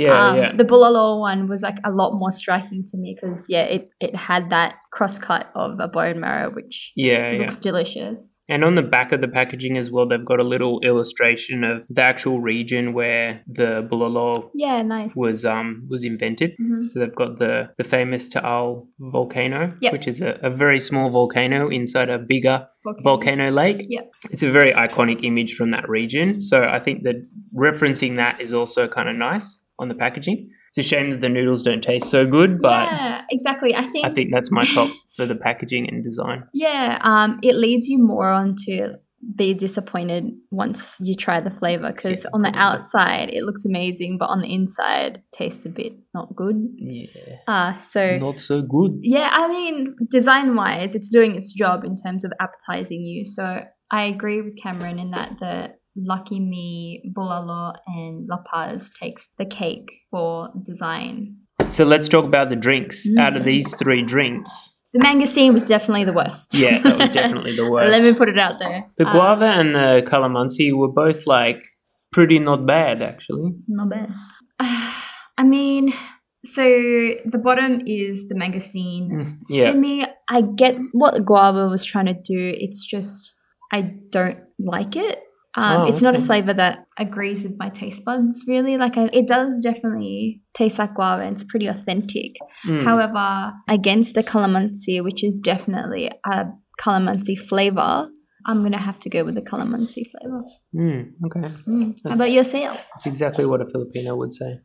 Speaker 1: Yeah,
Speaker 2: um,
Speaker 1: yeah.
Speaker 2: The Bulalo one was like a lot more striking to me because, yeah, it, it had that cross cut of a bone marrow, which
Speaker 1: Yeah, yeah.
Speaker 2: looks delicious.
Speaker 1: And on the back of the packaging as well, they've got a little illustration of the actual region where the bulalo
Speaker 2: Yeah, nice.
Speaker 1: was um was invented.
Speaker 2: Mhm.
Speaker 1: So they've got the the famous Ta'al volcano,
Speaker 2: Yep.
Speaker 1: which is a, a very small volcano inside a bigger
Speaker 2: Volcano.
Speaker 1: volcano lake.
Speaker 2: Yep.
Speaker 1: It's a very iconic image from that region. So I think that referencing that is also kind of nice on the packaging. It's a shame that the noodles don't taste so good, but
Speaker 2: yeah, exactly. I think,
Speaker 1: I think that's my top for the packaging and design.
Speaker 2: yeah, um, it leads you more on to be disappointed once you try the flavor because
Speaker 1: Yeah,
Speaker 2: on the
Speaker 1: probably.
Speaker 2: outside it looks amazing, but on the inside tastes a bit not good.
Speaker 1: Yeah.
Speaker 2: Uh, so
Speaker 1: Not so good.
Speaker 2: yeah, I mean, design wise, it's doing its job in terms of appetizing you. So I agree with Cameron in that the Lucky Me, Bulalo, and La Paz takes the cake for design.
Speaker 1: So let's talk about the drinks.
Speaker 2: Mm.
Speaker 1: Out of these three drinks,
Speaker 2: The mangosteen was definitely the worst.
Speaker 1: yeah, that
Speaker 2: *laughs*
Speaker 1: was definitely the worst.
Speaker 2: Let me put it out there.
Speaker 1: The
Speaker 2: Uh,
Speaker 1: guava and the calamansi were both like pretty not bad actually.
Speaker 2: Not bad. *sighs* I mean, so the bottom is the mangosteen.
Speaker 1: Mm,
Speaker 2: For
Speaker 1: Yeah.
Speaker 2: me, I get what guava was trying to do. It's just I don't like it. Um,
Speaker 1: Oh,
Speaker 2: it's not a
Speaker 1: okay.
Speaker 2: flavor that agrees with my taste buds, really. Like, I, it does definitely taste like guava and it's pretty authentic.
Speaker 1: Mm.
Speaker 2: However, against the calamansi, which is definitely a calamansi flavor, I'm going to have to go with the calamansi flavor.
Speaker 1: Mm, okay.
Speaker 2: Mm. How
Speaker 1: That's-
Speaker 2: about yourself?
Speaker 1: That's exactly what a Filipino would say.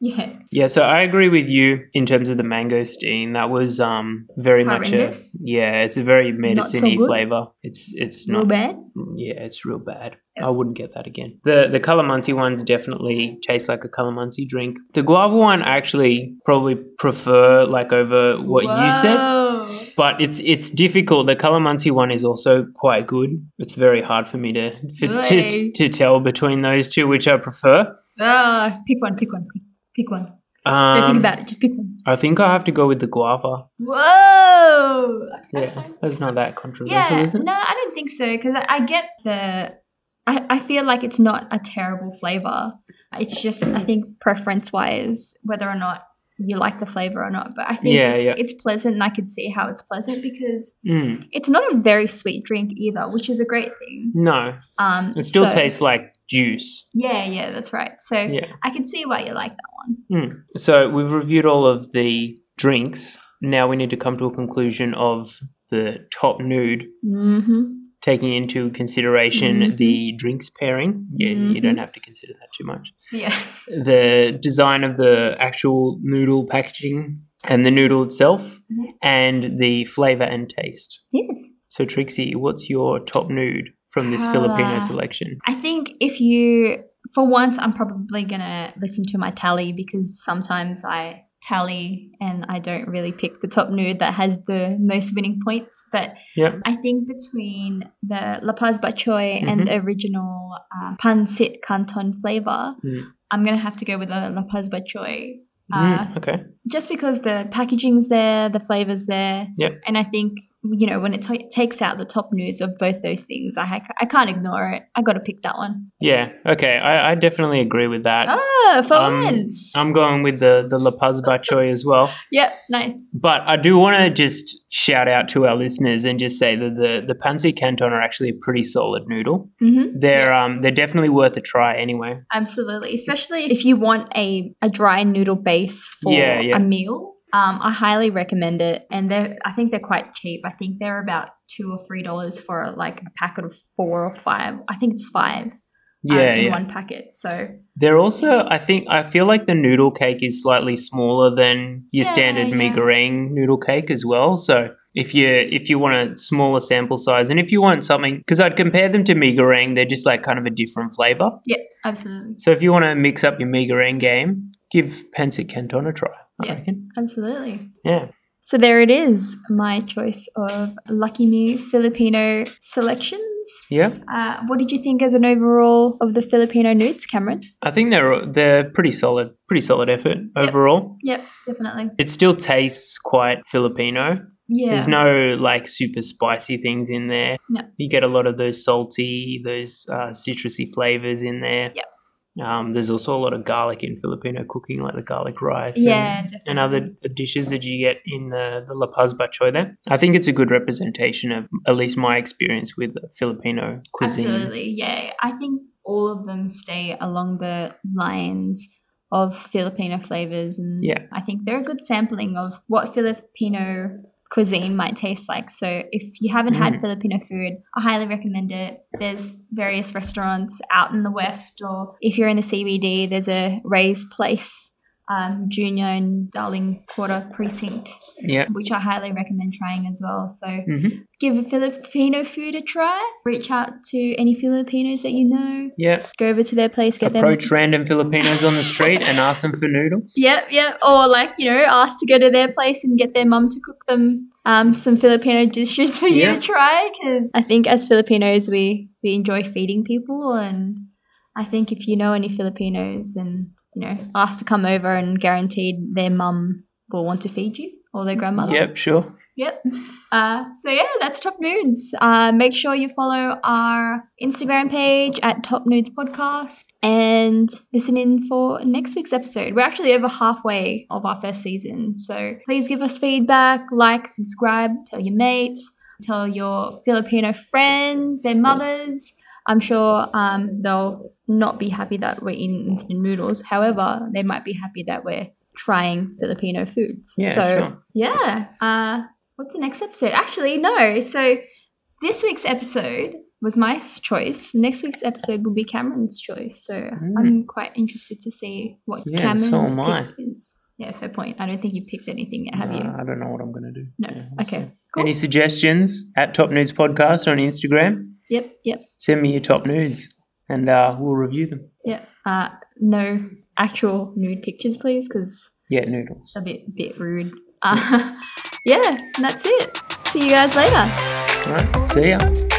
Speaker 2: Yeah.
Speaker 1: Yeah, so I agree with you in terms of the mangosteen. That was um very
Speaker 2: Horrendous.
Speaker 1: much a yeah, it's a very medicine-y
Speaker 2: good.
Speaker 1: flavor. It's it's
Speaker 2: Not
Speaker 1: not
Speaker 2: bad.
Speaker 1: yeah, it's real bad.
Speaker 2: Yeah.
Speaker 1: I wouldn't get that again. The the calamansi ones definitely taste like a calamansi drink. The guava one I actually probably prefer like over what you said.
Speaker 2: said.
Speaker 1: but it's it's difficult. The calamansi one is also quite good. It's very hard for me to for, to,
Speaker 2: Really?
Speaker 1: to tell between those two which I prefer.
Speaker 2: Ah, pick one, pick one, pick, pick one.
Speaker 1: Um,
Speaker 2: Don't think about it. Just pick one.
Speaker 1: I think I have to go with the guava.
Speaker 2: Whoa, that's
Speaker 1: yeah,
Speaker 2: fine.
Speaker 1: that's not that controversial,
Speaker 2: Yeah,
Speaker 1: is it?
Speaker 2: no, I don't think so because I, I get the. I, I feel like it's not a terrible flavor. It's just I think preference wise whether or not you like the flavor or not. But I think
Speaker 1: Yeah,
Speaker 2: it's,
Speaker 1: yeah.
Speaker 2: it's pleasant, and I could see how it's pleasant because
Speaker 1: Mm,
Speaker 2: it's not a very sweet drink either, which is a great thing.
Speaker 1: no,
Speaker 2: Um,
Speaker 1: it still
Speaker 2: so-
Speaker 1: tastes like juice.
Speaker 2: Yeah, yeah, that's right. So
Speaker 1: Yeah.
Speaker 2: I could see why you like that one.
Speaker 1: Mm. So we've reviewed all of the drinks. Now we need to come to a conclusion of the top nude
Speaker 2: Mm-hmm.
Speaker 1: taking into consideration
Speaker 2: Mhm.
Speaker 1: the drinks pairing. Yeah, you
Speaker 2: Mhm.
Speaker 1: don't have to consider that too much.
Speaker 2: Yeah.
Speaker 1: The design of the actual noodle packaging and the noodle itself,
Speaker 2: Mhm.
Speaker 1: and the flavor and taste.
Speaker 2: *laughs* Yes.
Speaker 1: So, Trixie, what's your top nude from this
Speaker 2: Ah.
Speaker 1: Filipino selection?
Speaker 2: I think if you, for once, I'm probably going to listen to my tally because sometimes I tally and I don't really pick the top nude that has the most winning points. But
Speaker 1: Yep.
Speaker 2: I think between the La Paz Bachoy and
Speaker 1: Mhm.
Speaker 2: the original uh, Pancit Canton flavor,
Speaker 1: Mm.
Speaker 2: I'm going to have to go with the La Paz Bachoy. Uh,
Speaker 1: Mm, okay.
Speaker 2: just because the packaging's there, the flavors there,
Speaker 1: Yep.
Speaker 2: and I think you know, when it t- takes out the top nudes of both those things, I, ha- I can't ignore it. I got to pick that one.
Speaker 1: Yeah. Okay. I, I definitely agree with that.
Speaker 2: Ah, for
Speaker 1: Um,
Speaker 2: once.
Speaker 1: I'm going with the the La Paz Bachoy as well.
Speaker 2: Yep, nice.
Speaker 1: But I do want to just shout out to our listeners and just say that the the Pansy Canton are actually a pretty solid noodle.
Speaker 2: hmm
Speaker 1: They're um they're definitely worth a try anyway.
Speaker 2: Absolutely. Especially if you want a, a dry noodle base for
Speaker 1: Yeah, yeah.
Speaker 2: a meal. Um, I highly recommend it, and they are I think they're quite cheap. I think they're about two or three dollars for like a packet of four or five. I think it's five um,
Speaker 1: Yeah,
Speaker 2: in
Speaker 1: yeah.
Speaker 2: one packet. So
Speaker 1: They're also I think I feel like the noodle cake is slightly smaller than your
Speaker 2: Yeah,
Speaker 1: standard
Speaker 2: yeah.
Speaker 1: mee goreng noodle cake as well. So if you if you want a smaller sample size and if you want something because I'd compare them to mee goreng, they're just like kind of a different flavor.
Speaker 2: yeah, absolutely,
Speaker 1: So if you want to mix up your mee goreng game, give Pensic Canton a try. I
Speaker 2: Yeah.
Speaker 1: reckon.
Speaker 2: absolutely.
Speaker 1: Yeah.
Speaker 2: So there it is, my choice of Lucky Me Filipino selections.
Speaker 1: Yeah.
Speaker 2: Uh, what did you think as an overall of the Filipino nudes, Cameron?
Speaker 1: I think they're they're pretty solid, pretty solid effort
Speaker 2: Yep.
Speaker 1: overall.
Speaker 2: Yep, definitely.
Speaker 1: It still tastes quite Filipino.
Speaker 2: Yeah.
Speaker 1: There's no like super spicy things in there.
Speaker 2: No.
Speaker 1: You get a lot of those salty, those uh, citrusy flavors in there.
Speaker 2: Yep.
Speaker 1: Um, there's also a lot of garlic in Filipino cooking, like the garlic rice. and-
Speaker 2: yeah, definitely.
Speaker 1: And other dishes that you get in the, the La Paz Bachoy there. I think it's a good representation of at least my experience with Filipino cuisine.
Speaker 2: Absolutely, yeah. I think all of them stay along the lines of Filipino flavors, and
Speaker 1: Yeah.
Speaker 2: I think they're a good sampling of what Filipino cuisine might taste like. So if you haven't had
Speaker 1: Mm.
Speaker 2: Filipino food, I highly recommend it. There's various restaurants out in the west, or if you're in the CBD, there's a Ray's Place. Um, junior and Darling Quarter precinct,
Speaker 1: Yeah.
Speaker 2: which I highly recommend trying as well. So,
Speaker 1: hmm
Speaker 2: give Filipino food a try. Reach out to any Filipinos that you know.
Speaker 1: Yeah.
Speaker 2: Go over to their place, get
Speaker 1: Approach
Speaker 2: them.
Speaker 1: random Filipinos on the street and ask them for noodles.
Speaker 2: Yep, yep. Or like you know, ask to go to their place and get their mum to cook them um, some Filipino dishes for you
Speaker 1: Yeah.
Speaker 2: to try. Because I think as Filipinos, we we enjoy feeding people, and I think if you know any Filipinos and you know, ask to come over, and guaranteed their mum will want to feed you or their grandmother.
Speaker 1: Yep, sure.
Speaker 2: Yep. Uh, so yeah, that's Top Nudes. Uh, make sure you follow our Instagram page at Top Nudes Podcast and listen in for next week's episode. We're actually over halfway of our first season, so please give us feedback, like, subscribe, tell your mates, tell your Filipino friends, their mothers. I'm sure um, they'll not be happy that we're eating instant noodles. However, they might be happy that we're trying Filipino foods.
Speaker 1: Yeah,
Speaker 2: so
Speaker 1: sure.
Speaker 2: yeah. Uh, what's the next episode? Actually, no. So this week's episode was my s- choice. Next week's episode will be Cameron's choice. So I'm quite interested to see what
Speaker 1: Hmm. Yeah, so
Speaker 2: Cameron's
Speaker 1: am I.
Speaker 2: pick is. Yeah, fair point. I don't think you picked anything yet, have
Speaker 1: Uh,
Speaker 2: you?
Speaker 1: I don't know what I'm going to do.
Speaker 2: No.
Speaker 1: Yeah, we'll see.
Speaker 2: okay. Cool.
Speaker 1: Any suggestions at Top Nudes Podcast on Instagram?
Speaker 2: yep. Yep.
Speaker 1: Send me your top nudes and uh, we'll review them.
Speaker 2: Yep. Uh, no actual nude pictures, please, because
Speaker 1: Yeah, noodles.
Speaker 2: a bit bit rude. *laughs* Uh, yeah. And that's it. See you guys later.
Speaker 1: All right. See ya.